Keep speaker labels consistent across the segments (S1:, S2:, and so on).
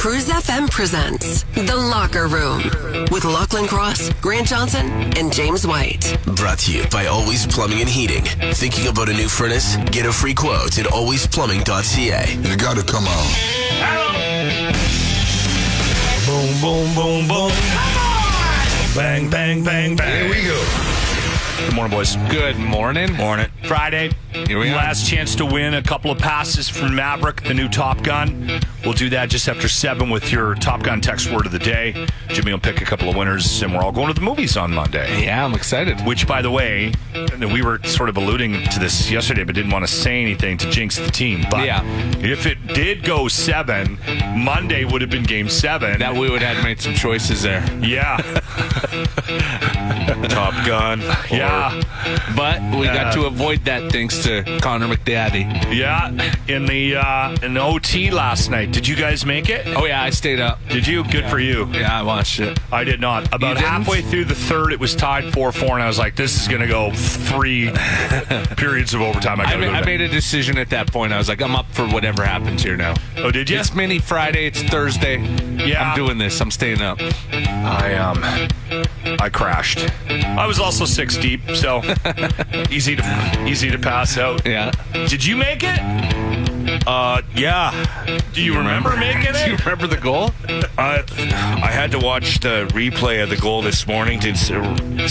S1: Cruise FM presents The Locker Room with Lachlan Cross, Grant Johnson, and James White.
S2: Brought to you by Always Plumbing and Heating. Thinking about a new furnace? Get a free quote at alwaysplumbing.ca.
S3: You gotta come on.
S4: Boom, boom, boom, boom. Bang, bang, bang, bang. Here we go. Good morning, boys.
S5: Good morning.
S4: Morning. Friday.
S5: Here we are.
S4: Last chance to win a couple of passes from Maverick, the new Top Gun. We'll do that just after 7 with your Top Gun text word of the day. Jimmy will pick a couple of winners, and we're all going to the movies on Monday.
S5: Yeah, I'm excited.
S4: Which, by the way, we were sort of alluding to this yesterday, but didn't want to say anything to jinx the team. But
S5: Yeah.
S4: if it did go 7, Monday would have been game 7.
S5: That we would have made some choices there.
S4: Yeah. Top Gun. Yeah.
S5: But we
S4: Uh,
S5: got to avoid that thanks to Connor McDaddy.
S4: Yeah. In the uh in the OT last night. Did you guys make it?
S5: Oh, yeah, I stayed up.
S4: Did you? Good for you.
S5: Yeah, I watched it.
S4: I did not. About
S5: didn't?
S4: halfway through the third, it was tied 4 4, and I was like, this is going to go three periods of overtime. I
S5: I,
S4: got to
S5: ma-
S4: go.
S5: I
S4: to
S5: made
S4: bed.
S5: a decision at that point. I was like, I'm up for whatever happens here now.
S4: Oh, did you?
S5: It's mini Friday. It's Thursday.
S4: Yeah.
S5: I'm doing this. I'm staying up.
S4: I, um, I crashed. I was also six deep, so easy to easy to pass out.
S5: Yeah.
S4: Did you make it? Uh, yeah. Do you, remember, making it?
S5: Do you remember the goal?
S6: I, Uh, I had to watch the replay of the goal this morning to s-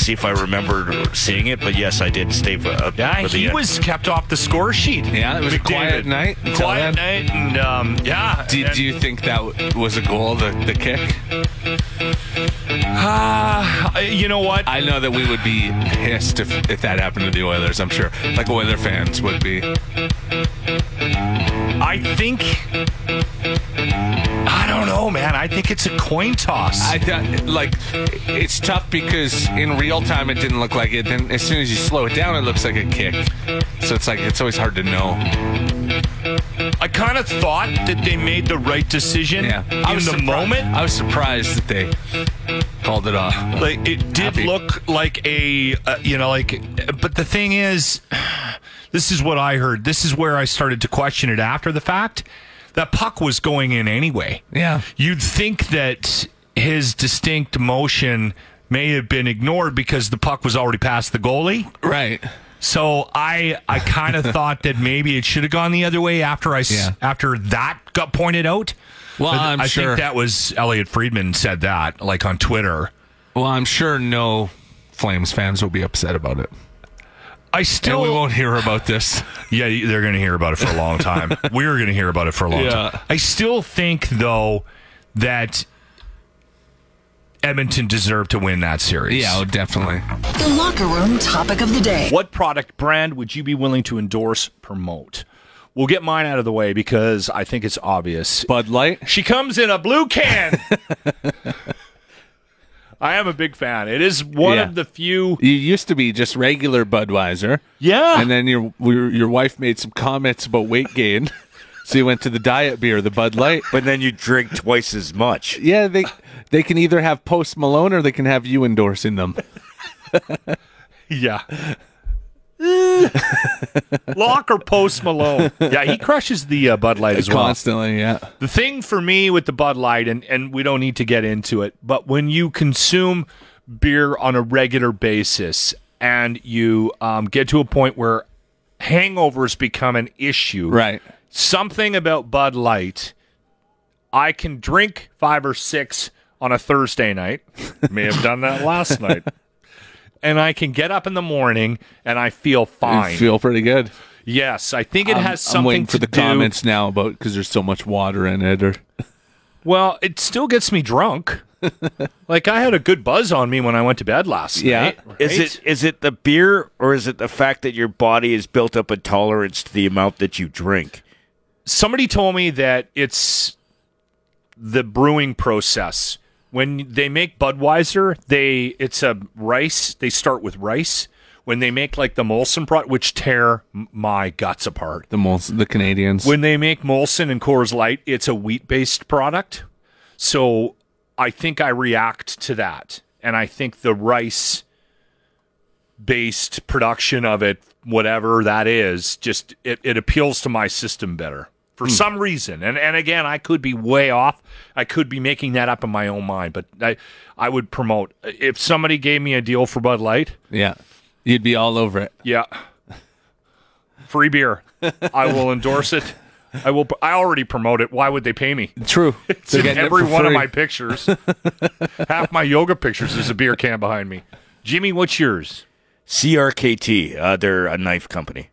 S6: see if I remembered seeing it, but yes, I did stay for- up
S4: Yeah,
S6: for the
S4: he
S6: end.
S4: was kept off the score sheet.
S5: Yeah, it was a quiet night until
S4: Quiet night, and um, yeah.
S5: Did
S4: and-
S5: you think that w- was a goal, the, the kick?
S4: Ah, I- you know what?
S5: I know that we would be pissed if, if that happened to the Oilers, I'm sure. Like Oiler fans would be.
S4: I think. I don't know, man. I think it's a coin toss.
S5: I th- like it's tough because in real time it didn't look like it. Then as soon as you slow it down, it looks like a kick. So it's like it's always hard to know.
S4: I kind of thought that they made the right decision
S5: Yeah,
S4: in the
S5: surpri-
S4: moment.
S5: I was surprised that they called it off.
S4: Like it did
S5: Happy.
S4: look like a, uh, you know, like. But the thing is, this is what I heard. This is where I started to question it after the fact. That puck was going in anyway.
S5: Yeah,
S4: you'd think that his distinct motion may have been ignored because the puck was already past the goalie.
S5: right.
S4: So I I kind of thought that maybe it should have gone the other way after I s-
S5: Yeah.
S4: after that got pointed out.
S5: Well,
S4: I th-
S5: I'm
S4: I
S5: sure.
S4: think that was Elliot Friedman said that like on Twitter.
S5: well, I'm sure no Flames fans will be upset about it,
S4: I
S5: and
S4: still
S5: we won't hear about this.
S4: Yeah, they're going to hear about it for a long time. we were going to hear about it for a long
S5: Yeah.
S4: time. I still think, though, that Edmonton deserved to win that series.
S5: Yeah, oh, definitely.
S1: The Locker Room topic of the day.
S4: What product brand would you be willing to endorse, promote? We'll get mine out of the way because I think it's obvious.
S5: Bud Light.
S4: She comes in a blue can. I am a big fan. It is one
S5: Yeah.
S4: of the few.
S5: You used to be just regular Budweiser.
S4: Yeah.
S5: And then your your, your wife made some comments about weight gain. so you went to the diet beer, the Bud Light.
S6: but then you drink twice as much.
S5: Yeah, they they can either have Post Malone or they can have you endorsing them.
S4: Yeah. Lock or post Malone. Yeah, he crushes the uh, Bud Light as well.
S5: Constantly, yeah.
S4: The thing for me with the Bud Light, and, and we don't need to get into it, but when you consume beer on a regular basis and you um, get to a point where hangovers become an issue,
S5: Right.
S4: something about Bud Light, I can drink five or six on a Thursday night. May have done that last night. And I can get up in the morning and I feel fine.
S5: You feel pretty good.
S4: yes, I think it
S5: I'm-
S4: has
S5: I'm
S4: something
S5: waiting for
S4: to
S5: the
S4: do.
S5: comments now about because there's so much water in it. Or
S4: Well, it still gets me drunk. like I had a good buzz on me when I went to bed last
S5: Yeah.
S4: night.
S6: Is
S4: right?
S6: it is it the beer or is it the fact that your body has built up a tolerance to the amount that you drink?
S4: Somebody told me that it's the brewing process. When they make Budweiser, they it's a rice. They start with rice. When they make like the Molson product, which tear m- my guts apart.
S5: The most, the Canadians.
S4: When they make Molson and Coors Light, it's a wheat based product. So I think I react to that. And I think the rice based production of it, whatever that is, just it, it appeals to my system better for some reason. And and again, I could be way off. I could be making that up in my own mind, but I I would promote if somebody gave me a deal for Bud Light,
S5: yeah, you'd be all over it.
S4: yeah. Free beer. I will endorse it. I will. I already promote it. Why would they pay me?
S5: True.
S4: It's in every one of my pictures. Half my yoga pictures is a beer can behind me. Jimmy, what's yours?
S6: CRKT. Uh, they're a knife company.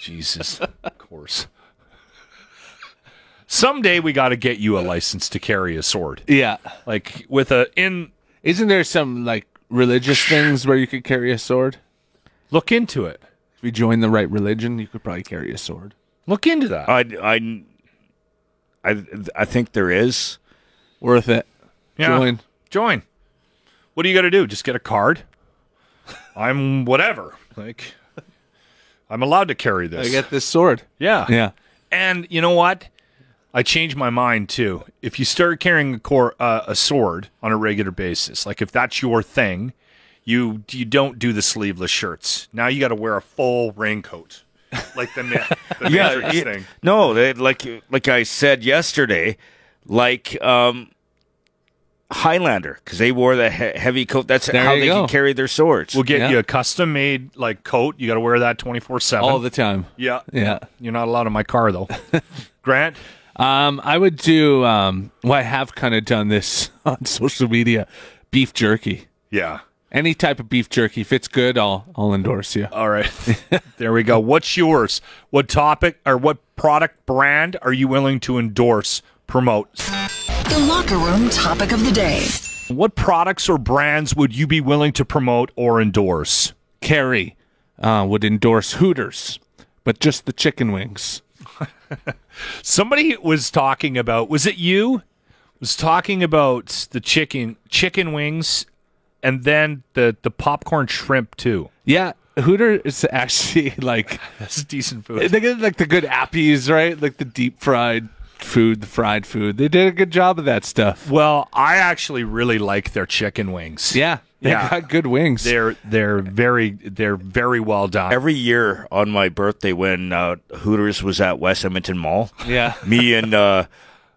S4: Jesus, of course. Someday we got to get you a license to carry a sword,
S5: Yeah.
S4: like with a in.
S5: Isn't there some like religious things where you could carry a sword?
S4: Look into it.
S5: If you join the right religion, you could probably carry a sword.
S4: Look into that.
S6: I, I, I, I think there is.
S5: Worth it.
S4: Yeah.
S5: Join.
S4: Join. What do you got to do? Just get a card. I'm whatever. Like, I'm allowed to carry this.
S5: I get this sword.
S4: yeah.
S5: Yeah.
S4: And you know what? I changed my mind too. If you start carrying a cor- uh, a sword on a regular basis, like if that's your thing, you you don't do the sleeveless shirts. Now you got to wear a full raincoat, like the, ma- the Matrix
S6: it-
S4: thing.
S6: No, they, like like I said yesterday, like um, Highlander because they wore the he- heavy coat. That's
S5: There
S6: how
S5: you
S6: they
S5: go.
S6: can carry their swords.
S4: We'll get
S5: Yeah.
S4: you a custom made like coat. You got to wear that twenty four
S5: All
S4: seven.
S5: the time.
S4: Yeah,
S5: Yeah.
S4: You're not allowed in my car though, Grant.
S5: Um, I would do. Um, well, I have kind of done this on social media. Beef jerky.
S4: Yeah.
S5: Any type of beef jerky, if it's good, I'll I'll endorse you.
S4: All right. there we go. What's yours? What topic or what product brand are you willing to endorse, promote,
S1: The locker room topic of the day.
S4: What products or brands would you be willing to promote or endorse?
S5: Carrie uh, would endorse Hooters, but just the chicken wings.
S4: Somebody was talking about was it you? Was talking about the chicken chicken wings and then the the popcorn shrimp too.
S5: Yeah, Hooters is actually like
S4: That's decent food.
S5: they get like the good appies, right? Like the deep fried food, the fried food. They did a good job of that stuff.
S4: well, I actually really like their chicken wings.
S5: Yeah, they
S4: Yeah.
S5: got good wings.
S4: They're they're very they're very well done.
S6: Every year on my birthday, when uh, Hooters was at West Edmonton Mall,
S5: yeah,
S6: me and uh,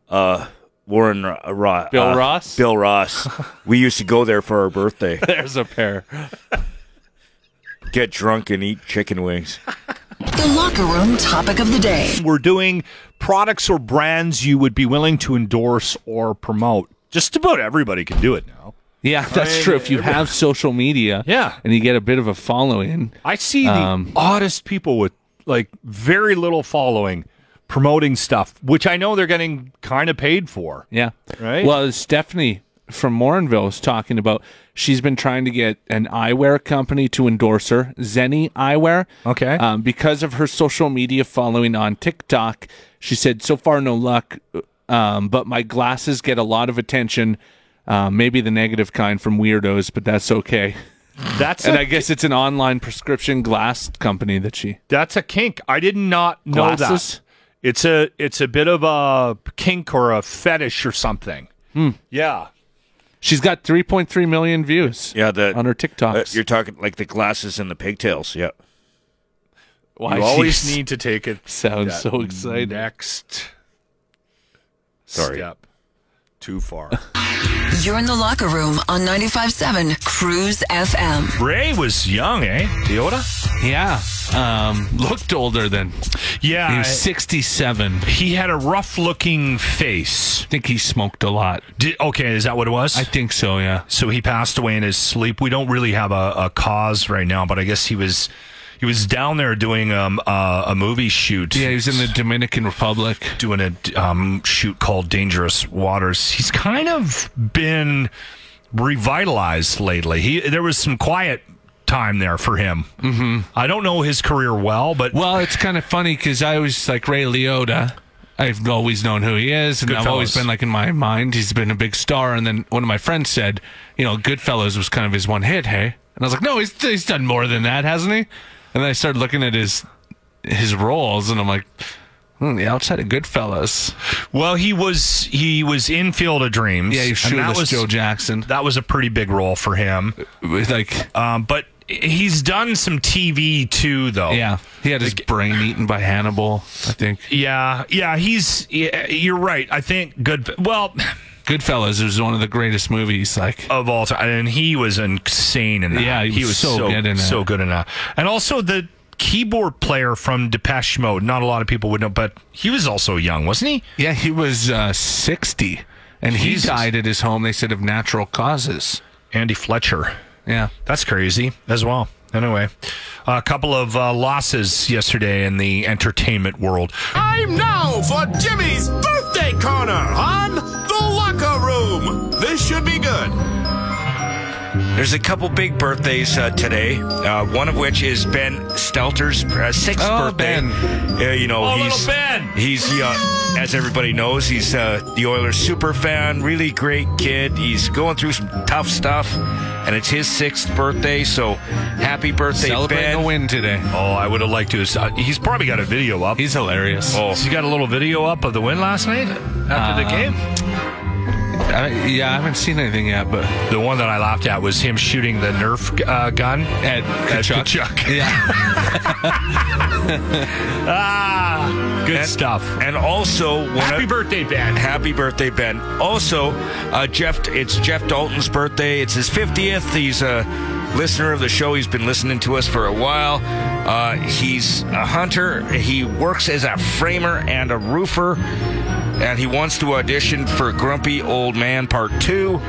S6: uh, Warren Ro- uh, Ro-
S5: Bill
S6: uh,
S5: Ross?
S6: Bill Ross, we used to go there for our birthday,
S5: there's a pair.
S6: get drunk, and eat chicken wings.
S1: The locker room topic of the day.
S4: we're doing products or brands you would be willing to endorse or promote. Just about everybody can do it now.
S5: Yeah, that's true. If you have social media,
S4: Yeah.
S5: and you get a bit of a following,
S4: I see the
S5: Um,
S4: oddest people with like very little following promoting stuff, which I know they're getting kind of paid for.
S5: yeah,
S4: Right.
S5: Well, Stephanie from Morinville was talking about she's been trying to get an eyewear company to endorse her, Zenny Eyewear.
S4: Okay.
S5: um, because of her social media following on TikTok, she said so far no luck, um, but my glasses get a lot of attention. Uh, maybe the negative kind from weirdos, but that's okay.
S4: That's
S5: And
S4: a-
S5: I guess it's an online prescription glass company that she.
S4: that's a kink. I did not know
S5: Glasses?
S4: that. It's a it's a bit of a kink or a fetish or something. Yeah.
S5: She's got 3.3 million views.
S6: Yeah, the
S5: on her
S6: uh,
S5: TikToks.
S6: you're talking like the glasses and the pigtails. Yeah.
S5: Why
S4: you always
S5: she's-
S4: need to take it that
S5: Sounds so exciting.
S4: Next
S6: Sorry.
S4: step. Too far.
S1: You're in the locker room on 95.7 Cruise FM.
S4: Ray was young, eh? Toyota?
S5: Yeah, um, looked older than
S4: Yeah.
S5: he was 67. I
S4: he had a rough looking face.
S5: think he smoked a lot.
S4: Did, okay, is that what it was?
S5: I think so. Yeah,
S4: so he passed away in his sleep. We don't really have a, a cause right now, but I guess he was he was down there doing um, uh, a movie shoot.
S5: yeah, he was in the Dominican Republic.
S4: doing a um, shoot called Dangerous Waters. He's kind of been revitalized lately. He there was some quiet time there for him. Mm-hmm. I don't know his career well, but
S5: Well, it's kind of funny because I was like Ray Liotta. I've always known who he is, and I've always
S4: Goodfellas.
S5: been like in my mind, he's been a big star. And then one of my friends said, you know, Goodfellas was kind of his one hit, hey? And I was like, no, he's he's done more than that, hasn't he? And then I started looking at his his roles, and I'm like, hmm, the outside of Goodfellas,
S4: Well, he was he was in Field of Dreams.
S5: yeah, you
S4: and that
S5: shoeless
S4: was
S5: Joe Jackson,
S4: that was a pretty big role for him.
S5: With, like,
S4: Um, but he's done some TV too, though.
S5: yeah, he had his brain eaten by Hannibal, I think.
S4: yeah, yeah. He's yeah, you're right. I think good. Well,
S5: Goodfellas was one of the greatest movies, like.
S4: of all time, and he was insane in that.
S5: Yeah, he was so good in that.
S4: so good in that. And also the keyboard player from Depeche Mode. Not a lot of people would know, but he was also young, wasn't he?
S5: Yeah, he was uh, 60, and
S4: Jesus.
S5: he died at his home, they said, of natural causes.
S4: Andy Fletcher.
S5: Yeah.
S4: That's crazy as well. Anyway, a couple of uh, losses yesterday in the entertainment world.
S3: Time now for Jimmy's birthday corner on the locker room. This should be good.
S6: There's a couple big birthdays uh, today. Uh, one of which is Ben Stelter's uh, sixth
S5: Oh,
S6: birthday.
S5: Ben.
S6: Uh, you know,
S4: Oh,
S6: he's
S4: little Ben.
S6: He's uh, as everybody knows, he's uh, the Oilers super fan. Really great kid. He's going through some tough stuff, and it's his sixth birthday. So happy birthday,
S5: Celebrating
S6: Ben!
S5: a win today.
S4: Oh, I would have liked to. Uh, he's probably got a video up.
S5: He's hilarious.
S6: Oh.
S4: Has he got a little video up of the win last night after the game.
S5: I, yeah, I haven't seen anything yet, but
S4: The one that I laughed at was him shooting the Nerf uh, gun
S5: Ed Kachuk.
S4: Kachuk.
S5: Yeah.
S4: Ah, good
S6: And-
S4: stuff.
S6: And also, one
S4: Happy
S6: of-
S4: birthday, Ben.
S6: Happy birthday, Ben. Also, uh, Jeff, it's Jeff Dalton's birthday. It's his 50th. He's a listener of the show. He's been listening to us for a while. Uh, he's a hunter. He works as a framer and a roofer. And he wants to audition for Grumpy Old Man Part 2.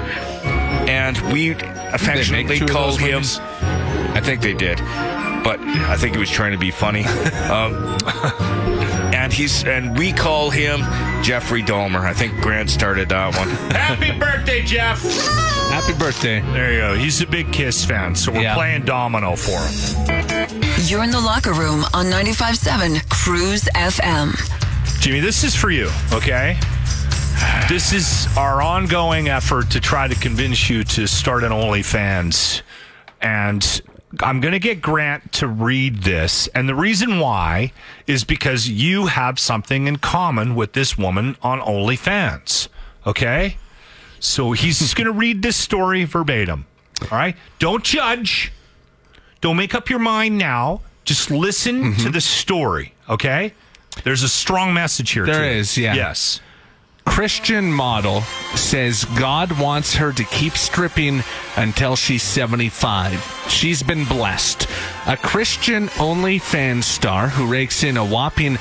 S6: And we affectionately
S5: two of
S6: call
S5: those
S6: him.
S5: movies?
S6: I think they did. But I think he was trying to be funny. um, and he's and we call him Jeffrey Dahmer. I think Grant started that one.
S4: Happy birthday, Jeff.
S5: Happy birthday.
S4: There you go. He's a big Kiss fan, so we're
S5: Yeah.
S4: playing domino for him.
S1: You're in the locker room on 95.7 Cruise FM.
S4: Jimmy, this is for you, okay? This is our ongoing effort to try to convince you to start an OnlyFans. And I'm going to get Grant to read this. And the reason why is because you have something in common with this woman on OnlyFans, okay? So he's just going to read this story verbatim, all right? Don't judge. Don't make up your mind now. Just listen
S5: Mm-hmm.
S4: to the story, okay? There's a strong message here.
S5: There
S4: There is,
S5: is, yeah.
S4: Yes.
S5: Christian model says God wants her to keep stripping until she's 75. She's been blessed. A Christian OnlyFans star who rakes in a whopping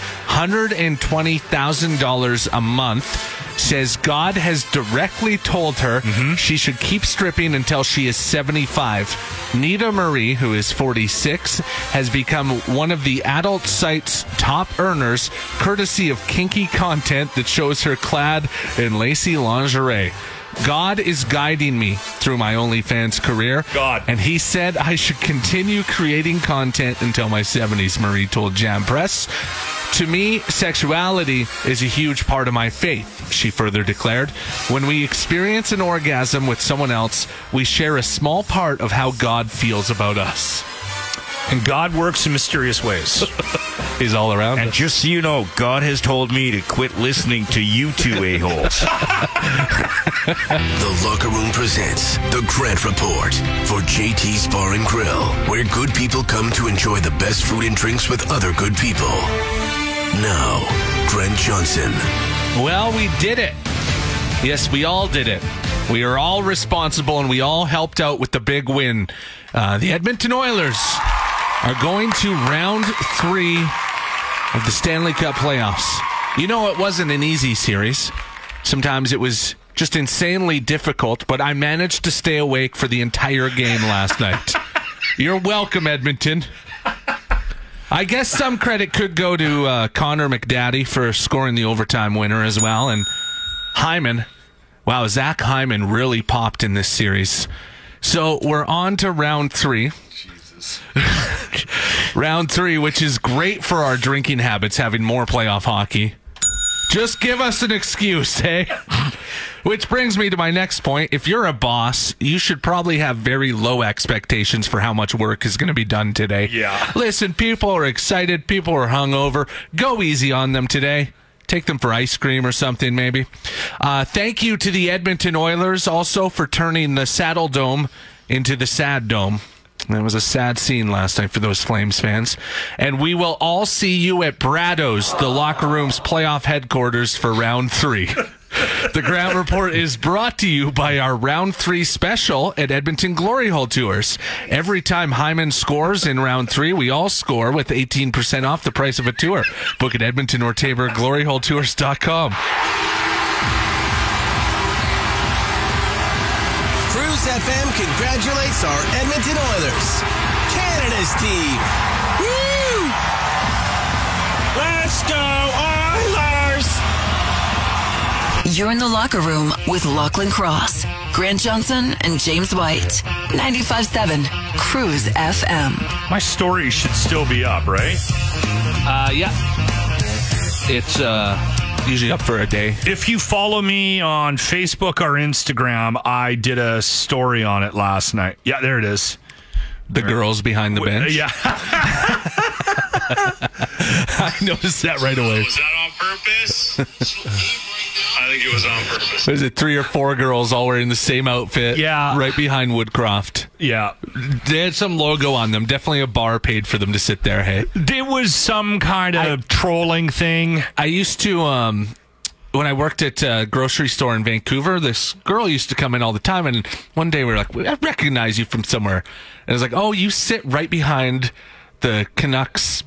S5: $120,000 a month says God has directly told her she should keep stripping until she is 75. Nita Marie, who is 46, has become one of the adult site's top earners, courtesy of kinky content that shows her clad in lacy lingerie. God is guiding me through my OnlyFans career.
S4: God.
S5: And he said I should continue creating content until my 70s, Marie told Jam Press. To me, sexuality is a huge part of my faith, she further declared. When we experience an orgasm with someone else, we share a small part of how God feels about us.
S4: And God works in mysterious ways.
S5: He's all around.
S6: And
S5: us.
S6: just so you know, God has told me to quit listening to you two a holes.
S2: The Locker Room presents The Grant Report for JT's Bar and Grill, where good people come to enjoy the best food and drinks with other good people. Now, Grant Johnson.
S5: Well, we did it. Yes, we all did it. We are all responsible and we all helped out with the big win. Uh, the Edmonton Oilers are going to round three of the Stanley Cup playoffs. You know, it wasn't an easy series. Sometimes it was just insanely difficult, but I managed to stay awake for the entire game last night. You're welcome, Edmonton. I guess some credit could go to uh, Connor McDaddy for scoring the overtime winner as well, and Hyman. Wow, Zach Hyman really popped in this series. So we're on to round three. Jesus. round three, which is great for our drinking habits, having more playoff hockey. Just give us an excuse, eh? Which brings me to my next point. If you're a boss, you should probably have very low expectations for how much work is going to be done today.
S4: Yeah.
S5: Listen, people are excited, people are hungover. Go easy on them today. Take them for ice cream or something, maybe. Uh, thank you to the Edmonton Oilers also for turning the Saddle Dome into the Sad Dome. That was a sad scene last night for those Flames fans. And we will all see you at Brado's, the locker room's playoff headquarters for round three. the Ground Report is brought to you by our round three special at Edmonton Glory Hole Tours. Every time Hyman scores in round three, we all score with 18% off the price of a tour. Book at Edmonton or Tabor, gloryholetours.com.
S7: Cruise FM congratulates our Edmonton Oilers. Canada's team. Woo! Let's go, Oilers!
S1: You're in the locker room with Lachlan Cross, Grant Johnson, and James White. 95.7 Cruise FM.
S4: My story should still be up, right?
S5: Uh, yeah. It's uh, usually up for a day.
S4: If you follow me on Facebook or Instagram, I did a story on it last night. Yeah, there it is. Uh,
S5: The girls behind the bench.
S4: Yeah.
S5: I noticed that right away.
S8: Was that on purpose? I think it was on purpose.
S5: Was it three or four girls all wearing the same outfit?
S4: Yeah.
S5: Right behind Woodcroft.
S4: Yeah.
S5: They had some logo on them. Definitely a bar paid for them to sit there. Hey.
S4: There was some kind of trolling thing.
S5: I used to um when I worked at a grocery store in Vancouver, this girl used to come in all the time and one day we were like, I recognize you from somewhere. And I was like, Oh, you sit right behind the Canucks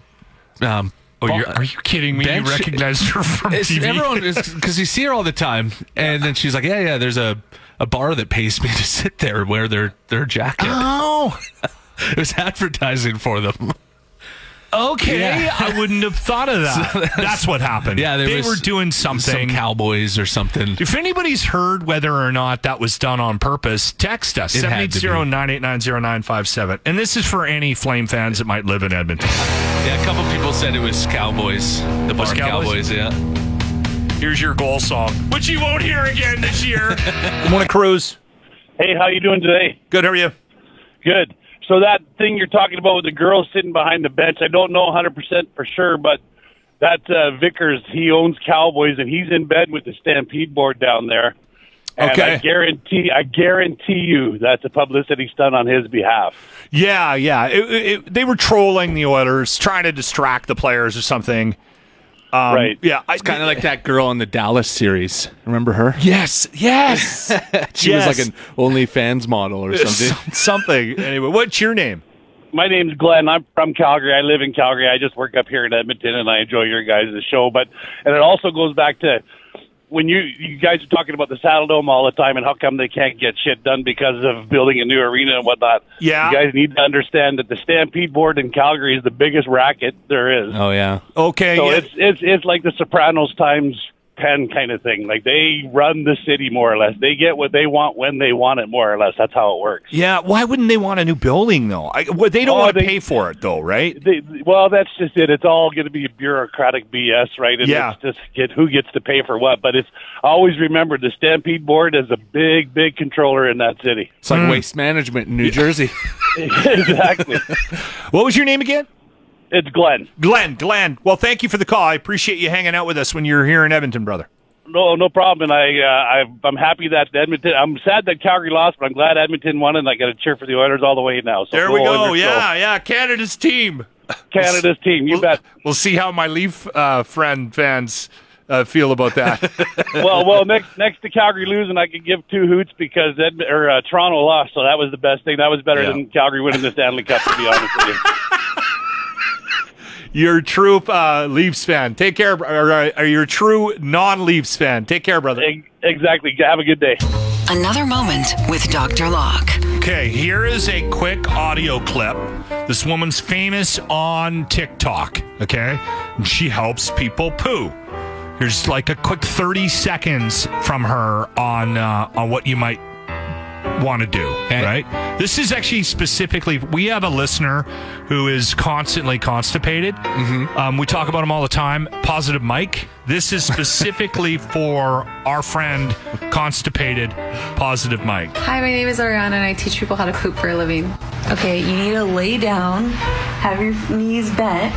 S5: um
S4: Oh,
S5: ball-
S4: you're, are you kidding me?
S5: Bench-
S4: You recognized her from
S5: It's,
S4: TV?
S5: everyone is because you see her all the time, and then she's like, "Yeah, yeah." There's a, a bar that pays me to sit there and wear their their jacket.
S4: oh,
S5: It was advertising for them.
S4: okay.
S5: Yeah.
S4: I wouldn't have thought of that. that's what happened.
S5: Yeah, there
S4: they
S5: was
S4: were doing
S5: Some
S4: something.
S5: cowboys or something.
S4: if anybody's heard whether or not that was done on purpose, text us
S5: It had to be.
S4: 780-989-0957. And this is for any Flame fans that might live in Edmonton.
S5: Yeah, a couple people said it was cowboys. The bar
S4: Was cowboys?
S5: cowboys. Yeah.
S4: Here's your goal song, which you won't hear again this year. Good morning, Cruz.
S9: Hey, how you doing today?
S4: Good, how are you?
S9: Good. So that thing you're talking about with the girl sitting behind the bench, I don't know 100% for sure, but that uh, Vickers, he owns Cowboys, and he's in bed with the Stampede board down there. And
S4: Okay.
S9: I guarantee, I guarantee you, that's a publicity stunt on his behalf.
S4: Yeah, yeah. It, it, it- they were trolling the Oilers, trying to distract the players or something. Um,
S9: Right.
S4: Yeah. I-
S5: It's kind of like that girl on the Dallas series. Remember her?
S4: Yes. Yes.
S5: She
S4: Yes.
S5: was like an OnlyFans model or something.
S4: Some- something. Anyway, what's your name?
S9: My name's Glenn. I'm from Calgary. I live in Calgary. I just work up here in Edmonton, and I enjoy your guys' show. But and it also goes back to when you you guys are talking about the Saddle Dome all the time, and how come they can't get shit done because of building a new arena and whatnot.
S4: Yeah.
S9: you guys need to understand that the Stampede Board in Calgary is the biggest racket there is.
S5: Oh yeah.
S4: Okay.
S9: so
S4: yeah.
S9: it's it's it's like the Sopranos times. 10 kind of thing. Like they run the city more or less. They get what they want when they want it more or less. That's how it works.
S4: Yeah, Why wouldn't they want a new building though? I, well, they don't
S9: Oh,
S4: want to
S9: they-
S4: pay for it though, right?
S9: They, well, that's just it. It's all going to be bureaucratic BS, right? And
S4: Yeah.
S9: It's just get who gets to pay for what. But it's always remembered the Stampede Board is a big, big controller in that city.
S5: It's like waste management in New Jersey.
S9: exactly.
S4: What was your name again?
S9: It's Glenn.
S4: Glenn. Glenn. Well, thank you for the call. I appreciate you hanging out with us when you're here in Edmonton, brother.
S9: No, no problem. And I, uh, I, I'm happy that Edmonton. I'm sad that Calgary lost, but I'm glad Edmonton won, and I got to cheer for the Oilers all the way now. So
S4: There we go.
S9: Oilers,
S4: Yeah, yeah. Canada's team.
S9: go. Canada's team. You
S4: we'll,
S9: bet.
S4: we'll see how my Leaf uh, friend fans uh, feel about that.
S9: well, well, next next to Calgary losing, I could give two hoots because Ed, or uh, Toronto lost, so that was the best thing. That was better
S5: Yeah.
S9: than Calgary winning the Stanley Cup, to be honest with you.
S4: your true uh, Leafs fan. Take care. br- Or, uh, or your true non-Leafs fan. Take care, brother.
S9: Ex- Exactly. Have a good day.
S1: Another moment with Dr. Locke.
S4: Okay, here is a quick audio clip. This woman's famous on TikTok, okay? And She helps people poo. Here's like a quick 30 seconds from her on uh, on what you might want to do,
S5: Okay.
S4: right? This is actually specifically we have a listener who is constantly constipated. Um, we talk about him all the time. Positive Mike. This is specifically for our friend, constipated, positive Mike.
S9: Hi, my name is Ariana, and I teach people how to poop for a living. Okay, you need to lay down, have your knees bent,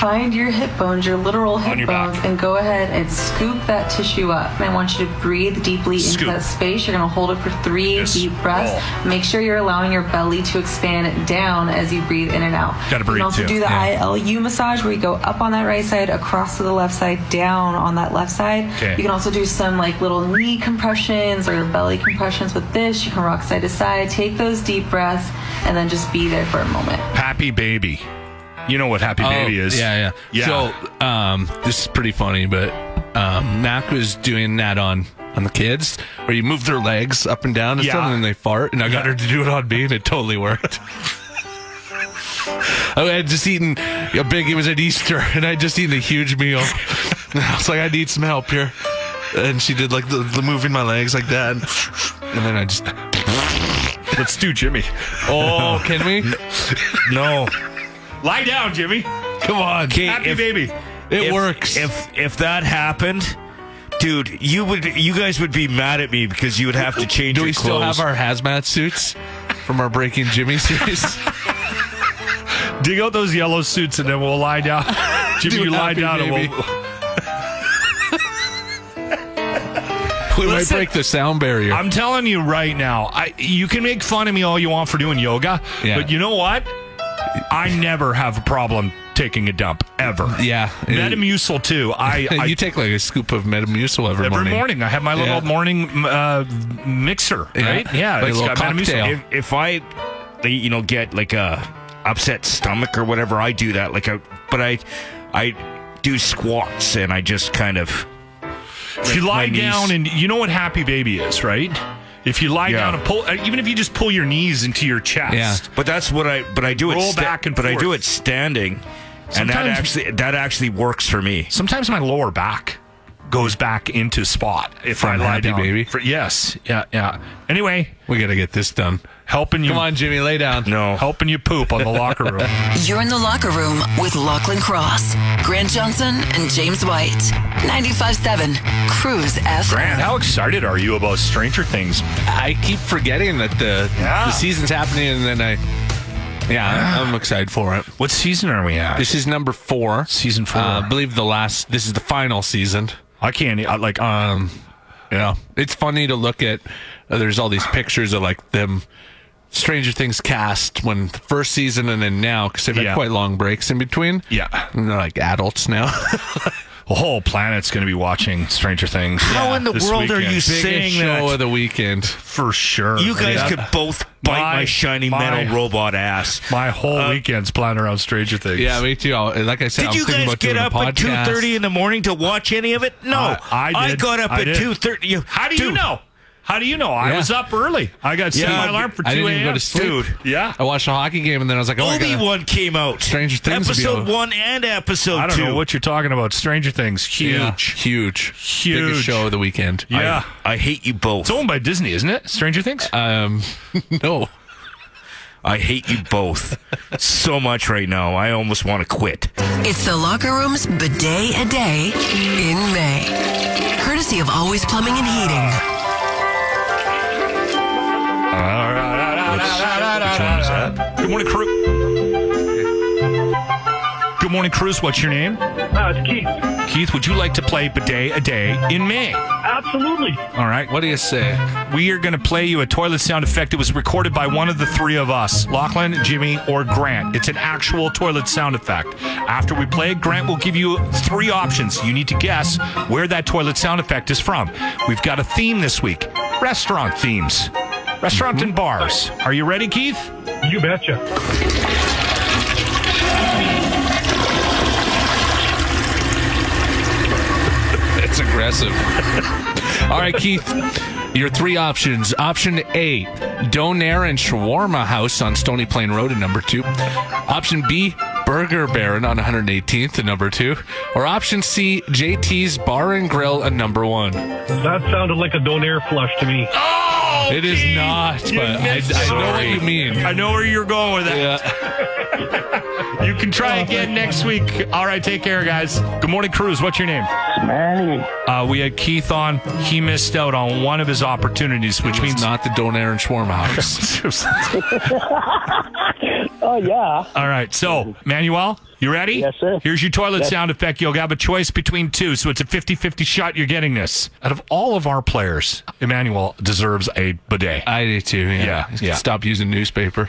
S9: find your hip bones, your literal hip bones, and go ahead and scoop that tissue up. And I want you to breathe deeply
S10: Scoop.
S9: into that space. You're going to hold it for three deep breaths.
S4: Oh.
S9: Make sure you're allowing your belly to expand down as you breathe in and out.
S4: Gotta
S9: you
S4: breathe,
S9: can also
S4: too.
S9: do the
S4: Yeah.
S9: ILU massage where you go up on that right side, across to the left side, down on that left side.
S4: Okay.
S9: You can also do some like little knee compressions or belly compressions with this. You can rock side to side, take those deep breaths, and then just be there for a moment.
S4: Happy baby. You know what happy
S5: Oh,
S4: baby is.
S5: Yeah, yeah.
S4: Yeah.
S5: So um, this is pretty funny, but um, Mac was doing that on on the kids, where you move their legs up and down and
S4: Yeah.
S5: stuff, and then they fart. And I got her to do it on me, and it totally worked. I had just eaten a big. It was at Easter, and I would just eaten a huge meal. And I was like, I need some help here. And she did like the, the moving my legs like that, and, and then I just.
S4: Let's do Jimmy.
S5: Oh, can we?
S4: No. Lie down, Jimmy. Come
S5: on.
S4: Happy baby.
S5: It
S6: works. If if that happened, dude, you would you guys would be mad at me because you would have to change.
S5: Do
S6: your
S5: we still
S6: clothes.
S5: have our hazmat suits from our Breaking Jimmy series?
S4: Dig out those yellow suits and then we'll lie down. Jimmy,
S5: Do
S4: you lie
S5: happy
S4: down
S5: baby.
S4: and we'll.
S5: We might break the sound barrier.
S4: I'm telling you right now, I you can make fun of me all you want for doing yoga,
S5: Yeah.
S4: but you know what? I never have a problem taking a dump ever.
S5: Yeah.
S4: Metamucil too. I, I
S5: you take like a scoop of Metamucil every,
S4: every
S5: morning.
S4: morning. I have my little
S5: Yeah.
S4: morning uh, mixer,
S5: Yeah.
S4: right? Yeah,
S5: Like a little
S4: Metamucil.
S5: cocktail.
S4: If-
S6: if, if I, you know, get like a upset stomach or whatever, I do that. Like I, but I, I do squats and I just kind of.
S4: If you lie down and you know what happy baby is, right? If you lie
S6: Yeah.
S4: down and pull, uh, even if you just pull your knees into your chest,
S6: But that's what I. But I do it.
S4: Roll back and
S6: but I do
S4: forth.
S6: it standing, and that
S4: Sometimes-
S6: actually that actually works for me.
S4: sometimes my lower back goes back into spot if
S5: From
S4: I lie
S5: happy
S4: down.
S5: baby?
S4: For, yes, yeah, yeah. Anyway,
S5: we got to get this done.
S4: Helping you,
S5: Come on, Jimmy, lay down.
S6: No,
S4: helping you poop on the locker room.
S1: You're in the locker room with Lachlan Cross, Grant Johnson, and James White. 95.7 Cruise FM.
S4: Grant, how excited are you about Stranger Things?
S5: I keep forgetting that the the season's happening, and then I,
S4: Ah.
S5: yeah, I'm excited for it.
S4: What season are we at?
S5: This is number four.
S4: Season four.
S5: Uh, I believe the last. This is the final season.
S4: I can't I, like.
S5: Um, yeah, it's funny to look at. Uh, there's all these pictures of like them. Stranger Things cast when the first season and then now because they've had
S4: Yeah.
S5: quite long breaks in between.
S4: yeah,
S5: And they're like adults now.
S4: the whole planet's going to be watching Stranger Things.
S6: How in the
S4: this
S6: world are
S4: weekend.
S6: you
S5: Biggest
S6: saying
S5: show
S6: that?
S5: of the weekend.
S4: For sure,
S6: You guys
S4: Yeah.
S6: could both bite my,
S4: My-
S6: shiny
S4: my-
S6: metal robot ass.
S4: My whole
S6: uh,
S4: weekend's planned around Stranger Things.
S5: Yeah, me too. I'll- Like I said,
S6: Did
S5: I'm
S6: you
S5: thinking
S6: guys
S5: about
S6: get
S5: doing a
S6: up at two
S5: podcast.
S6: thirty in the morning to watch any of it? No,
S4: I- I did.
S6: got up
S4: I
S6: at
S4: did.
S6: two thirty.
S4: How do you know? How do you know? I
S5: Yeah.
S4: was up early. I got set
S6: Yeah,
S4: my alarm for two
S5: I
S4: a.m.
S5: didn't even go to sleep.
S6: Dude.
S4: Yeah.
S5: I watched a hockey game and then I was like, oh, I
S6: Obi
S5: gotta,
S6: Wan came out.
S5: Stranger Things would be
S6: episode
S5: over.
S6: one and episode
S4: I don't
S6: two.
S4: know what you're talking about. Stranger Things, huge.
S5: Yeah, huge,
S4: Huge.
S5: biggest show of the weekend.
S4: Yeah.
S6: I hate you both.
S4: It's owned by Disney, isn't it? Stranger Things?
S5: I- um, no,
S6: I hate you both so much right now. I almost want to quit.
S1: It's the locker room's bidet a day in May. Courtesy of Always Plumbing and Heating.
S4: Good morning, crew. Good morning, Cruz. What's your name?
S11: Uh, it's Keith.
S4: Keith, would you like to play Bidet a Day in May?
S11: Absolutely.
S4: All right.
S5: what do you say?
S4: We are going to play you a toilet sound effect that was recorded by one of the three of us Lachlan, Jimmy, or Grant. It's an actual toilet sound effect. After we play it, Grant will give you three options. You need to guess where that toilet sound effect is from. We've got a theme this week restaurant themes, restaurant and bars. Are you ready, Keith?
S11: You betcha.
S5: It's aggressive. All right, Keith. Your three options. Option A, Donair and Shawarma House on Stony Plain Road at number two. Option B, Burger Baron on 118th at number two. Or option C, JT's Bar and Grill at number one.
S11: That sounded like a donair flush to me.
S4: Oh, No,
S5: It is
S4: Keith,
S5: not,
S4: you
S5: but I-
S4: missed
S5: I
S4: it.
S5: know what you mean.
S4: I know where you're going with that. you can try again next week. All right, take care, guys. Good morning, Cruz. What's your name? Uh, we had Keith on. He missed out on one of his opportunities, which means
S5: not the donair and shawarma house.
S12: oh yeah.
S4: All right, so Manuel, you ready? Yes, sir. Here's your toilet
S12: Yes.
S4: sound effect. You'll have a choice between two, so it's a 50 50 shot you're getting this. Out of all of our players, Emmanuel deserves a bidet.
S5: I do too. Yeah.
S4: yeah.
S5: Stop using newspaper.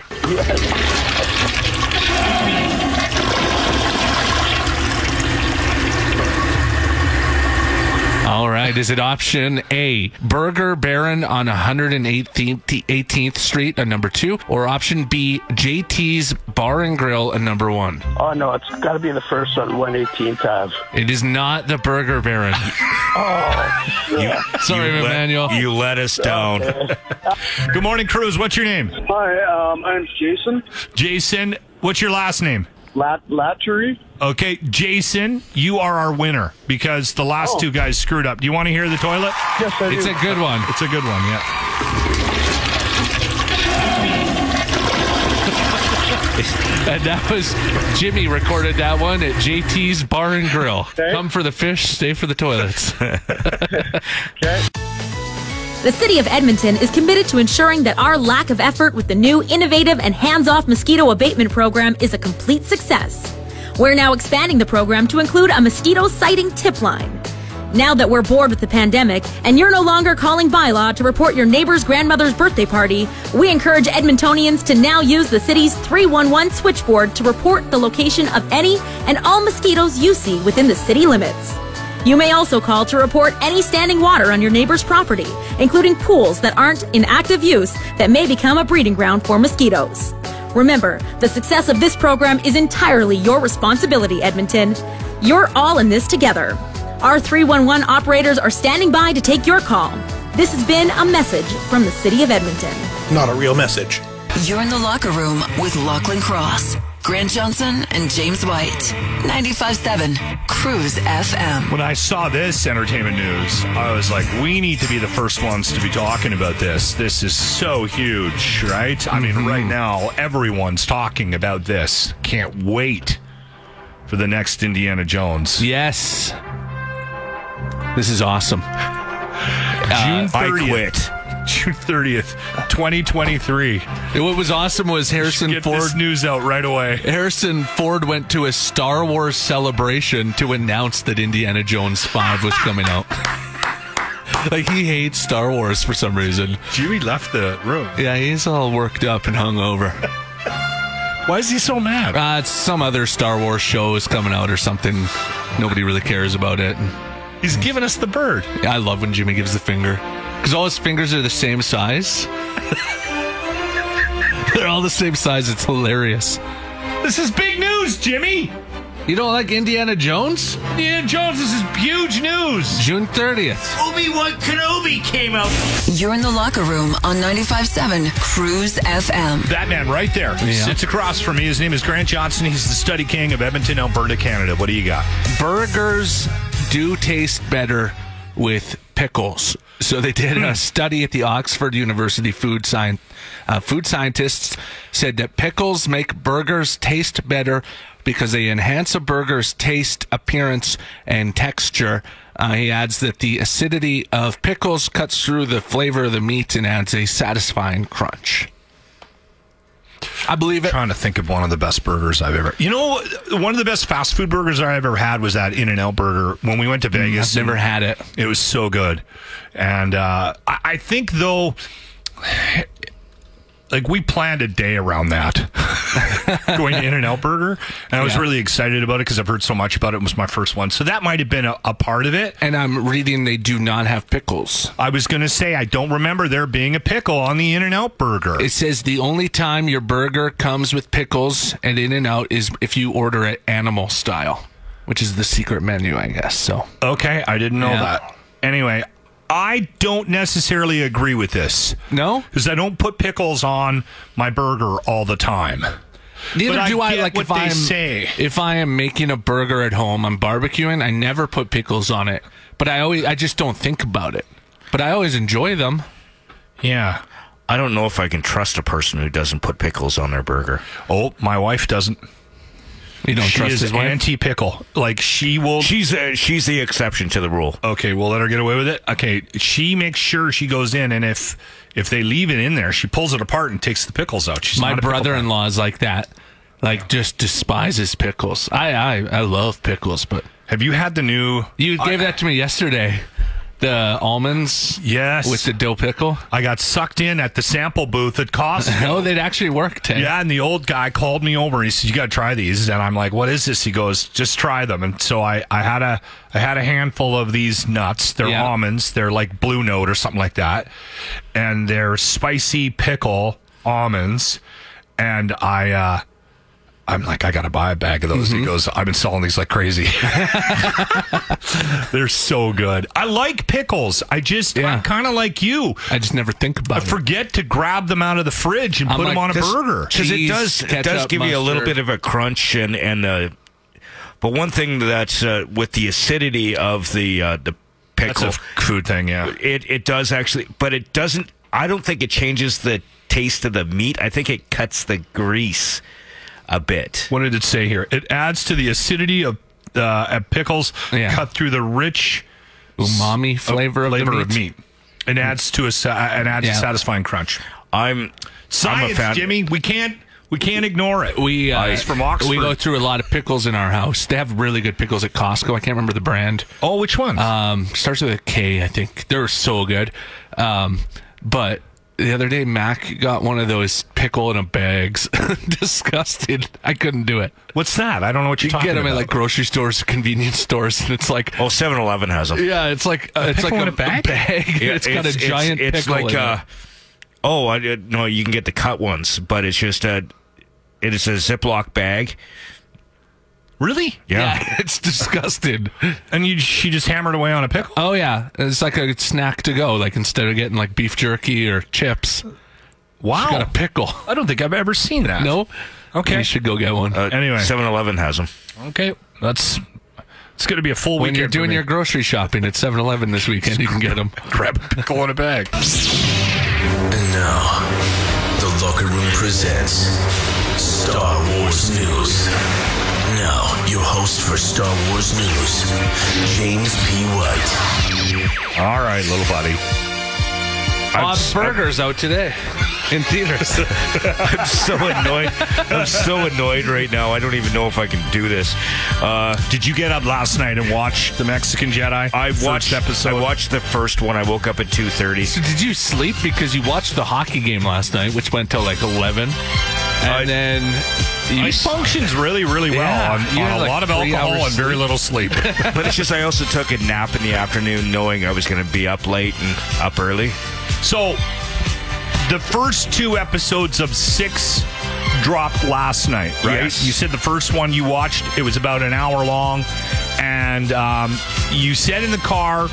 S5: All right. Is it option A, Burger Baron on 118th 18th Street, a number two, or option B, JT's Bar and Grill, a number one?
S12: Oh no, it's got to be the first one, 118th Ave.
S5: It is not the Burger Baron.
S12: You-
S5: Sorry,
S6: you let-
S5: Emmanuel.
S6: you let us down.
S4: Good morning, Cruz. What's your name?
S13: Hi, um, I'm Jason.
S4: Jason, what's your last name?
S13: Lat- Latchery.
S4: Okay, Jason, you are our winner because the last two guys screwed up. Do you want to hear the toilet?
S13: Yes, I
S5: It's
S4: do.
S5: a good one.
S4: It's a good one, yeah.
S5: and that was Jimmy recorded that one at JT's Bar and Grill. Come for the fish, stay for the toilets.
S9: The City of Edmonton is committed to ensuring that our lack of effort with the new innovative and hands off mosquito abatement program is a complete success. We're now expanding the program to include a mosquito sighting tip line. Now that we're bored with the pandemic and you're no longer calling bylaw to report your neighbor's grandmother's birthday party, we encourage Edmontonians to now use the city's 311 switchboard to report the location of any and all mosquitoes you see within the city limits. You may also call to report any standing water on your neighbor's property, including pools that aren't in active use that may become a breeding ground for mosquitoes. Remember, the success of this program is entirely your responsibility, Edmonton. You're all in this together. Our 311 operators are standing by to take your call. This has been a message from the City of Edmonton.
S14: Not a real message.
S1: You're in the locker room with Lachlan Cross, Grant Johnson, and James White. 95.7 Cruise FM.
S4: When I saw this entertainment news, I was like, we need to be the first ones to be talking about this. This is so huge, right? I mean, right now, everyone's talking about this. Can't wait for the next Indiana Jones.
S5: Yes. This is awesome. Uh,
S4: June 30th. June 30th, 2023.
S5: What was awesome was Harrison
S4: Get
S5: Ford.
S4: this news out right away.
S5: Harrison Ford went to a Star Wars celebration to announce that Indiana Jones 5 was coming out. like, he hates Star Wars for some reason.
S4: Jimmy left the room.
S5: Yeah, he's all worked up and hungover.
S4: Why is he so mad?
S5: Uh, it's some other Star Wars show is coming out or something. Nobody really cares about it.
S4: He's giving us the bird.
S5: Yeah, I love when Jimmy gives the finger because all his fingers are the same size. They're all the same size. It's hilarious.
S4: This is big news, Jimmy.
S5: You don't like Indiana Jones?
S4: Indiana Jones, this is huge news.
S5: June 30th.
S1: Obi Wan Kenobi came out. You're in the locker room on 95.7 Cruise FM.
S4: That man right there sits across from me. His name is Grant Johnson. He's the study king of Edmonton, Alberta, Canada. What do you got?
S5: burgers do taste better with pickles. So they did a study at the Oxford University food science uh, food scientists said that pickles make burgers taste better because they enhance a burger's taste, appearance, and texture. Uh, he adds that the acidity of pickles cuts through the flavor of the meat and adds a satisfying crunch. I believe it.
S4: Trying to think of one of the best burgers I've ever. You know, one of the best fast food burgers I ever had was that In and Out burger when we went to Vegas.
S5: I've never had it.
S4: It was so good, and uh, I, I think though, like we planned a day around that, going to In and Out Burger, and I was
S5: Yeah.
S4: really excited about it because I've heard so much about it. It was my first one, so that might have been a, a part of it.
S5: And I'm reading they do not have pickles.
S4: I was going to say I don't remember there being a pickle on the In and Out Burger.
S5: It says the only time your burger comes with pickles and in and out is if you order it animal style, which is the secret menu, I guess. So
S4: Okay, I didn't know
S5: Yeah.
S4: that. Anyway, I don't necessarily agree with this
S5: no,
S4: because I don't put pickles on my burger all the time.
S5: neither
S4: But I
S5: do I.
S4: get
S5: like
S4: what
S5: if
S4: they
S5: I'm
S4: say.
S5: if I am making a burger at home, I'm barbecuing. I never put pickles on it, but I always I just don't think about it. But I always enjoy them.
S4: Yeah.
S6: I don't know if I can trust a person who doesn't put pickles on their burger.
S4: Oh, my wife doesn't.
S5: You don't
S4: she
S5: trust
S4: is
S5: his wife?
S4: anti pickle. Like she will.
S6: She's uh, she's the exception to the rule.
S4: Okay, we'll let her get away with it. Okay, she makes sure she goes in, and if if they leave it in there, she pulls it apart and takes the pickles out. She's
S5: My
S4: not a pickle person.
S5: brother-in-law is like that. Like just despises pickles. I I I love pickles, but
S4: Have you had the new?
S5: you gave that to me yesterday. The almonds
S4: Yes,
S5: with the dill pickle.
S4: I got sucked in at the sample booth at Costco.
S5: Oh, they'd actually worked. eh?
S4: Yeah, and the old guy called me over and he said, "You got to try these." And I'm like, "What is this?" He goes, "Just try them." And so I, I had a, I had a handful of these nuts. They're
S5: Yeah.
S4: almonds. They're like blue note or something like that, and they're spicy pickle almonds. And I, uh, I'm like, I got to buy a bag of those. He
S5: Mm-hmm.
S4: goes, I've been selling these like crazy. they're so good. I like pickles. I just,
S5: Yeah.
S4: I'm kind of like you.
S5: I just never think
S4: I
S5: about it.
S4: forget to grab them out of the fridge and
S5: I'm
S4: put them
S5: like,
S4: on a
S5: this-
S4: burger.
S6: because it
S5: cheese,
S6: does it does
S5: ketchup,
S6: give you a little
S5: mustard.
S6: bit of a crunch and and uh, but one thing that's uh, with the acidity of the uh, the
S4: That's
S6: pickle,
S4: a food thing, yeah.
S6: it it does actually, but it doesn't. I don't think it changes the taste of the meat. I think it cuts the grease a bit.
S4: What did it say here? It adds to the acidity of uh, at pickles
S5: Yeah.
S4: cut through the rich
S5: umami
S4: uh,
S5: flavor of the
S4: flavor
S5: meat.
S4: of meat. It adds to a sa- and adds
S5: Yeah.
S4: a satisfying crunch.
S6: I'm I'm a
S4: Science,
S6: fan.
S4: Jimmy. We can't we can't ignore it.
S5: We uh,
S4: It's from Oxford.
S5: We go through a lot of pickles in our house. They have really good pickles at Costco. I can't remember the brand.
S4: oh, which one?
S5: Um, starts with a K, I think. They're so good. Um, but the other day, Mac got one of those pickle in a bags. Disgusted. I couldn't do it.
S4: What's that? I don't know what you're
S5: You
S4: talking
S5: get them
S4: about.
S5: at like grocery stores, convenience stores, and it's like,
S6: Oh, 7-Eleven has them.
S5: yeah, it's like uh, it's like
S4: pickle
S5: a,
S4: in a bag?
S6: Yeah,
S5: it's got a giant
S6: It's,
S5: pickle.
S6: like
S5: in it.
S6: uh, oh, I, did- no, you can get the cut ones, but it's just a it is a Ziploc bag.
S4: really?
S6: Yeah.
S5: yeah, it's disgusted.
S4: And you she just hammered away on a pickle.
S5: Oh yeah, it's like a snack to go. Like instead of getting like beef jerky or chips,
S4: Wow.
S5: I got a pickle.
S4: I don't think I've ever seen that.
S5: No.
S4: Oh. Okay.
S5: You should go get one.
S6: Uh,
S4: Anyway.
S6: 7-Eleven has them.
S4: Okay. That's it's going to be a full
S5: when
S4: weekend.
S5: you're
S4: for
S5: doing
S4: me.
S5: your grocery shopping at 7-Eleven this weekend, you can get them.
S4: grab a pickle in a bag.
S2: And now, the locker room presents Star Wars News. Now, your host for Star Wars News, James P. White.
S4: All right, little buddy.
S5: Bob's Burgers out today in theaters.
S6: I'm so annoyed. I'm so annoyed right now. I don't even know if I can do this. Uh,
S4: Did you get up last night and watch The Mexican Jedi?
S6: I
S4: First
S6: watched
S4: episode.
S6: I watched the first one. I woke up at two thirty.
S5: so did you sleep because you watched the hockey game last night, which went till like 11, and then you
S4: He
S5: s-
S4: functions really, really well
S5: Yeah,
S4: on,
S5: you
S4: on
S5: had
S4: a
S5: like
S4: lot of
S5: three
S4: alcohol
S5: hours
S4: and very
S5: sleep.
S4: little sleep.
S6: But it's just I also took a nap in the afternoon, knowing I was going to be up late and up early.
S4: so, the first two episodes of six dropped last night, right?
S6: Yes.
S4: You said the first one you watched, it was about an hour long. And um, you said in the car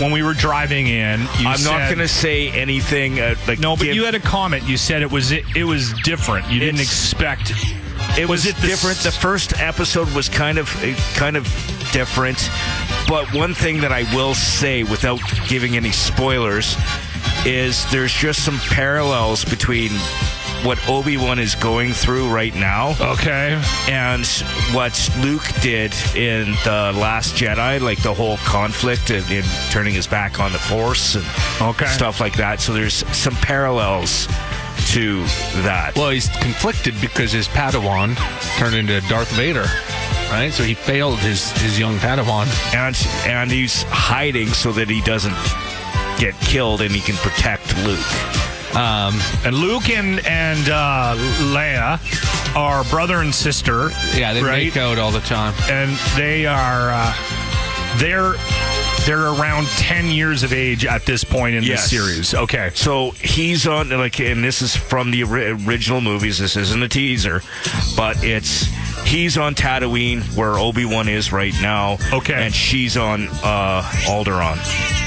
S4: when we were driving in, you
S6: I'm not
S4: said-
S6: going to say anything. Uh, like
S4: No, but
S6: give-
S4: you had a comment. You said it was it, it was different. You didn't
S6: It's-
S4: expect.
S6: it was,
S4: was it the
S6: different.
S4: s-
S6: The first episode was kind of uh, kind of different. But one thing that I will say, without giving any spoilers, is there's just some parallels between what Obi Wan is going through right now
S4: Okay.
S6: and what Luke did in the Last Jedi, like the whole conflict and, and turning his back on the Force and
S4: Okay.
S6: stuff like that. So there's some parallels to that.
S5: Well, he's conflicted because his Padawan turned into Darth Vader, right? So he failed his his young Padawan.
S6: and and he's hiding so that he doesn't get killed and he can protect Luke.
S5: Um,
S4: And Luke and and uh, Leia are brother and sister.
S5: yeah, they
S4: right.
S5: make out all the time.
S4: and they are uh, they're they're around ten years of age at this point in
S6: Yes.
S4: the series. Okay.
S6: So he's on like, and this is from the ori- original movies. This isn't a teaser, but it's he's on Tatooine where Obi Wan is right now.
S4: Okay.
S6: and she's on uh, Alderaan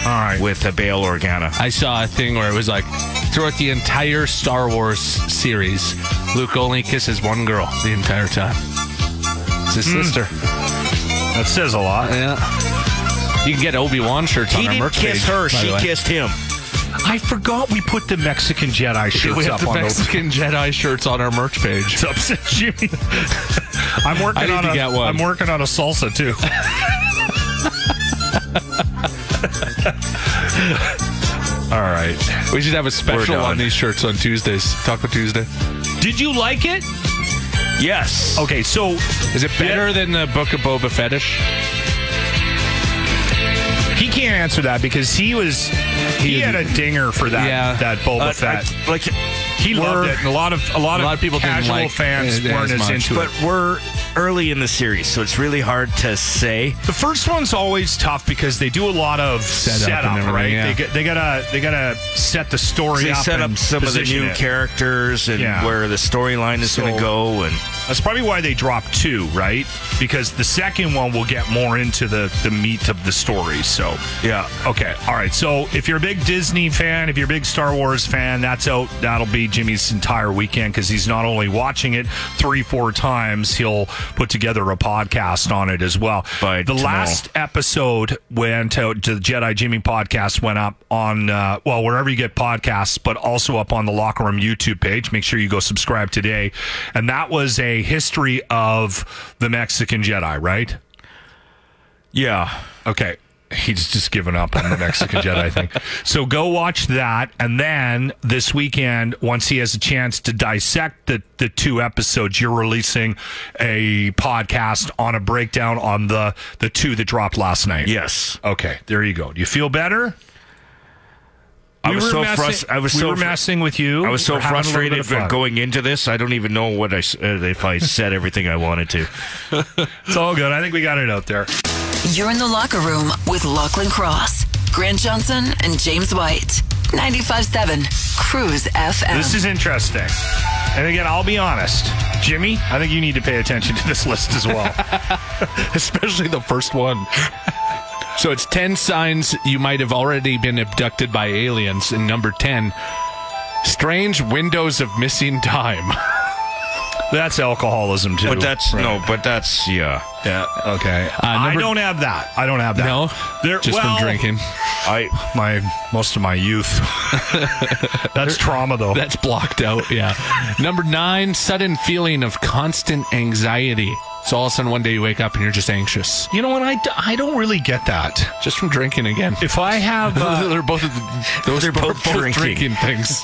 S4: All right.
S6: with a Bail Organa.
S5: I saw a thing where it was like throughout the entire Star Wars series, Luke only kisses one girl the entire time. It's his sister.
S4: That says a lot.
S5: Yeah. You can get Obi Wan shirts
S6: He
S5: on our
S6: didn't
S5: merch
S6: kiss
S5: page,
S6: her;
S5: by the
S6: she
S5: way.
S6: kissed him.
S4: I forgot we put the Mexican Jedi shirts
S5: we have
S4: up
S5: the
S4: on those.
S5: Mexican Jedi shirts on our merch page.
S4: It's upset Jimmy. I'm working
S5: I need
S4: on
S5: to
S4: a,
S5: get one.
S4: I'm working on a salsa too. All right.
S5: We should have a special
S4: done.
S5: on these shirts on Tuesdays. Taco Tuesday.
S4: Did you like it?
S6: Yes.
S4: Okay, so
S5: is it better than the Book of Boba Fettish?
S4: He can't answer that because he was he, had a dinger for that that Boba
S6: Uh,
S4: Fett.
S6: I- like
S4: he loved it, and a lot of a lot, of casual fans weren't as into
S6: but
S4: it.
S6: we're early in the series, so it's really hard to say.
S4: The first one's always tough because they do a lot of
S6: and
S4: setup,
S6: everything,
S4: right?
S6: yeah.
S4: They, get- they gotta they gotta set the story
S6: They
S4: up.
S6: set up
S4: and
S6: some of the
S4: position
S6: new
S4: it.
S6: characters and
S4: Yeah.
S6: where the storyline is going
S4: So-
S6: to go, and
S4: That's probably why they dropped two, right? Because the second one will get more into the the meat of the story. So yeah, okay, all right. So if you're a big Disney fan, if you're a big Star Wars fan, that's out. That'll be Jimmy's entire weekend because he's not only watching it three, four times, he'll put together a podcast on it as well. But the
S6: tomorrow.
S4: last episode went out to the Jedi Jimmy podcast went up on uh, well wherever you get podcasts, but also up on the Locker Room YouTube page. Make sure you go subscribe today. And that was a history of the Mexican Jedi, right?
S6: Yeah.
S4: Okay. He's just given up on the Mexican Jedi thing. So go watch that. And then this weekend, once he has a chance to dissect the, the two episodes, you're releasing a podcast on a breakdown on the, the two that dropped last night.
S6: Yes.
S4: Okay. There you go. Do you feel better?
S6: I
S4: We
S6: was
S4: were
S6: so
S4: messing-
S6: frustrated. I was
S4: we
S6: so
S4: were
S6: fr-
S4: messing with you.
S6: I was so
S4: We're having a little bit
S6: frustrated
S4: of fun.
S6: going into this. I don't even know what I s- uh, if I said everything I wanted to.
S4: it's all good. I think we got it out there.
S1: You're in the locker room with Lachlan Cross, Grant Johnson, and James White. 95.7 Cruise FM.
S4: This is interesting. And again, I'll be honest. Jimmy, I think you need to pay attention to this list as well.
S5: Especially the first one. so it's 10 signs you might have already been abducted by aliens. And number 10, strange windows of missing time.
S4: That's alcoholism, too.
S6: But that's
S4: Right.
S6: no. But that's yeah.
S4: Yeah. Okay. I don't have that. I don't have that.
S5: No?
S4: There,
S5: Just
S4: well,
S5: from drinking.
S6: I
S4: my most of my youth. that's trauma, though.
S5: That's blocked out, yeah. Number nine, sudden feeling of constant anxiety. So all of a sudden, one day you wake up and you're just anxious.
S4: You know what? I, d- I don't really get that.
S5: Just from drinking again.
S4: If I have, uh,
S5: they're both those
S6: They're
S5: are both,
S6: both drinking.
S5: drinking things.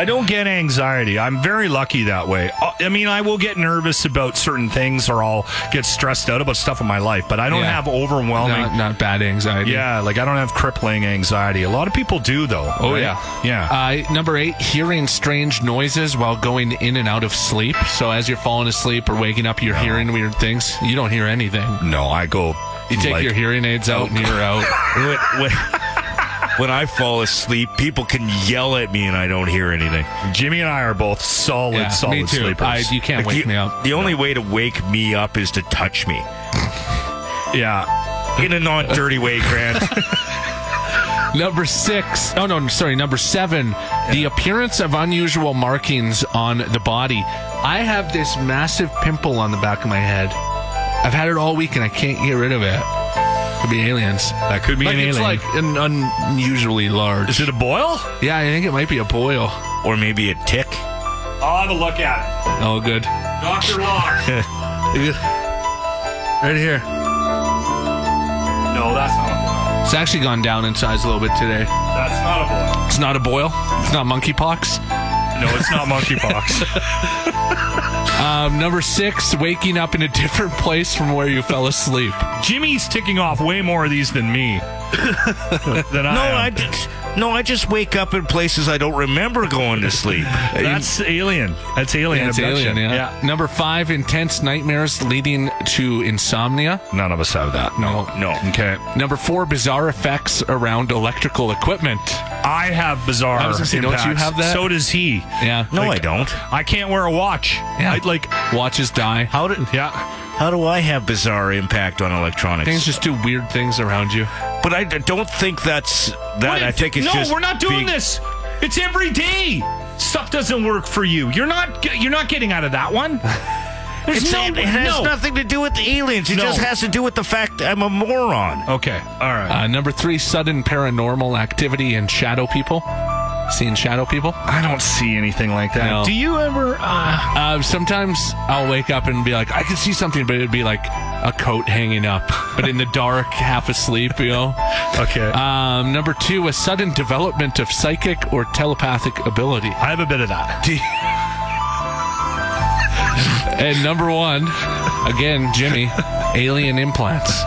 S4: I don't get anxiety. I'm very lucky that way. Uh, I mean, I will get nervous about certain things, or I'll get stressed out about stuff in my life. But I don't
S5: Yeah.
S4: have overwhelming.
S5: not, not bad anxiety.
S4: yeah, like I don't have crippling anxiety. A lot of people do, though.
S5: Oh
S4: right?
S5: yeah,
S4: yeah.
S5: Uh, number eight, hearing strange noises while going in and out of sleep. So as you're falling asleep or waking up, you're hearing weird things. You don't hear anything.
S4: no, I go.
S5: You take
S4: like-
S5: your hearing aids out and you're out.
S6: when, when, when I fall asleep, people can yell at me and I don't hear anything.
S4: Jimmy and I are both solid,
S5: Yeah,
S4: solid
S5: me too.
S4: sleepers.
S5: I, you can't
S6: Like,
S5: wake
S6: the,
S5: me up.
S6: The only way to wake me up is to touch me
S4: yeah,
S6: in a non-dirty way, Grant.
S5: Number six. Oh no, sorry. Number seven. The appearance of unusual markings on the body. I have this massive pimple on the back of my head. I've had it all week and I can't get rid of it. Could be aliens.
S4: that could be
S5: like
S4: an
S5: it's
S4: alien.
S5: like an unusually large.
S4: Is it a boil?
S5: Yeah, I think it might be a boil.
S6: or maybe a tick.
S4: I'll have a look at it.
S5: Oh, good.
S4: Doctor Locke.
S5: Right here.
S4: no, that's not. A boil.
S5: It's actually gone down in size a little bit today.
S4: That's not a boil.
S5: It's not a boil. It's not monkeypox.
S4: No, it's not monkeypox.
S5: Um, number six, waking up in a different place from where you fell asleep.
S4: Jimmy's ticking off way more of these than me. than
S6: No,
S4: I.
S6: I
S4: am.
S6: just- no, I just wake up in places I don't remember going to sleep.
S4: That's alien. That's alien.
S5: Yeah, it's
S4: abduction.
S5: alien, yeah. Number five, intense nightmares leading to insomnia.
S4: None of us have that.
S5: No.
S6: No.
S4: Okay.
S5: Number four, bizarre effects around electrical equipment.
S4: I have bizarre.
S5: I was gonna say, don't you
S4: impacts.
S5: have that?
S4: So does he.
S5: Yeah.
S6: No,
S4: Like-
S6: I don't.
S4: I can't wear a watch.
S5: Yeah.
S4: I'd like.
S5: Watches die.
S6: How did?
S4: Yeah.
S6: How do I have bizarre impact on electronics?
S5: Things just do weird things around you.
S6: but I d- don't think that's that.
S4: What
S6: I
S4: if-
S6: think it's
S4: no.
S6: just
S4: we're not doing
S6: being-
S4: this. It's every day. Stuff doesn't work for you. You're not. You're not getting out of that one. There's
S6: It's-
S4: no-
S6: it has
S4: no.
S6: nothing to do with the aliens. It
S4: No.
S6: just has to do with the fact that I'm a moron.
S4: Okay. All right.
S5: Uh, number three, sudden paranormal activity and shadow people. Seeing shadow people?
S4: I don't see anything like that. Do you ever? Uh...
S5: Uh, sometimes I'll wake up and be like, I can see something, but it'd be like a coat hanging up, but in the dark, half asleep, you know?
S4: Okay.
S5: Um, number two, a sudden development of psychic or telepathic ability. I
S4: have a bit of that.
S5: and number one, again, Jimmy, alien implants.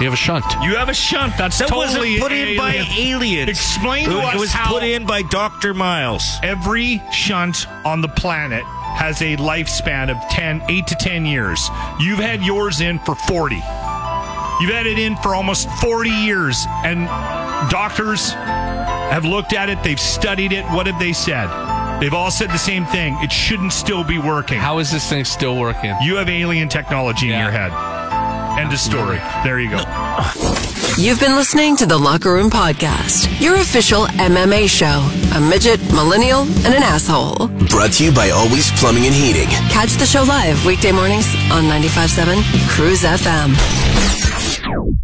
S5: You have a shunt.
S4: You have a shunt. That's
S6: That
S4: totally
S6: wasn't put in by
S4: alien.
S6: aliens.
S4: Explain
S6: it,
S4: to
S6: was-
S4: us
S6: It was
S4: how-
S6: put in by Dr. Miles.
S4: Every shunt on the planet has a lifespan of 10, 8 to 10 years. You've had yours in for 40. You've had it in for almost 40 years, and doctors have looked at it, they've studied it. What have they said? They've all said the same thing. It shouldn't still be working.
S5: How is this thing still working?
S4: You have alien technology in your head. End of story. There you go.
S1: You've been listening to the Locker Room Podcast, your official MMA show. A midget, millennial, and an asshole.
S15: Brought to you by Always Plumbing and Heating.
S1: Catch the show live weekday mornings on 95.7 Cruise FM.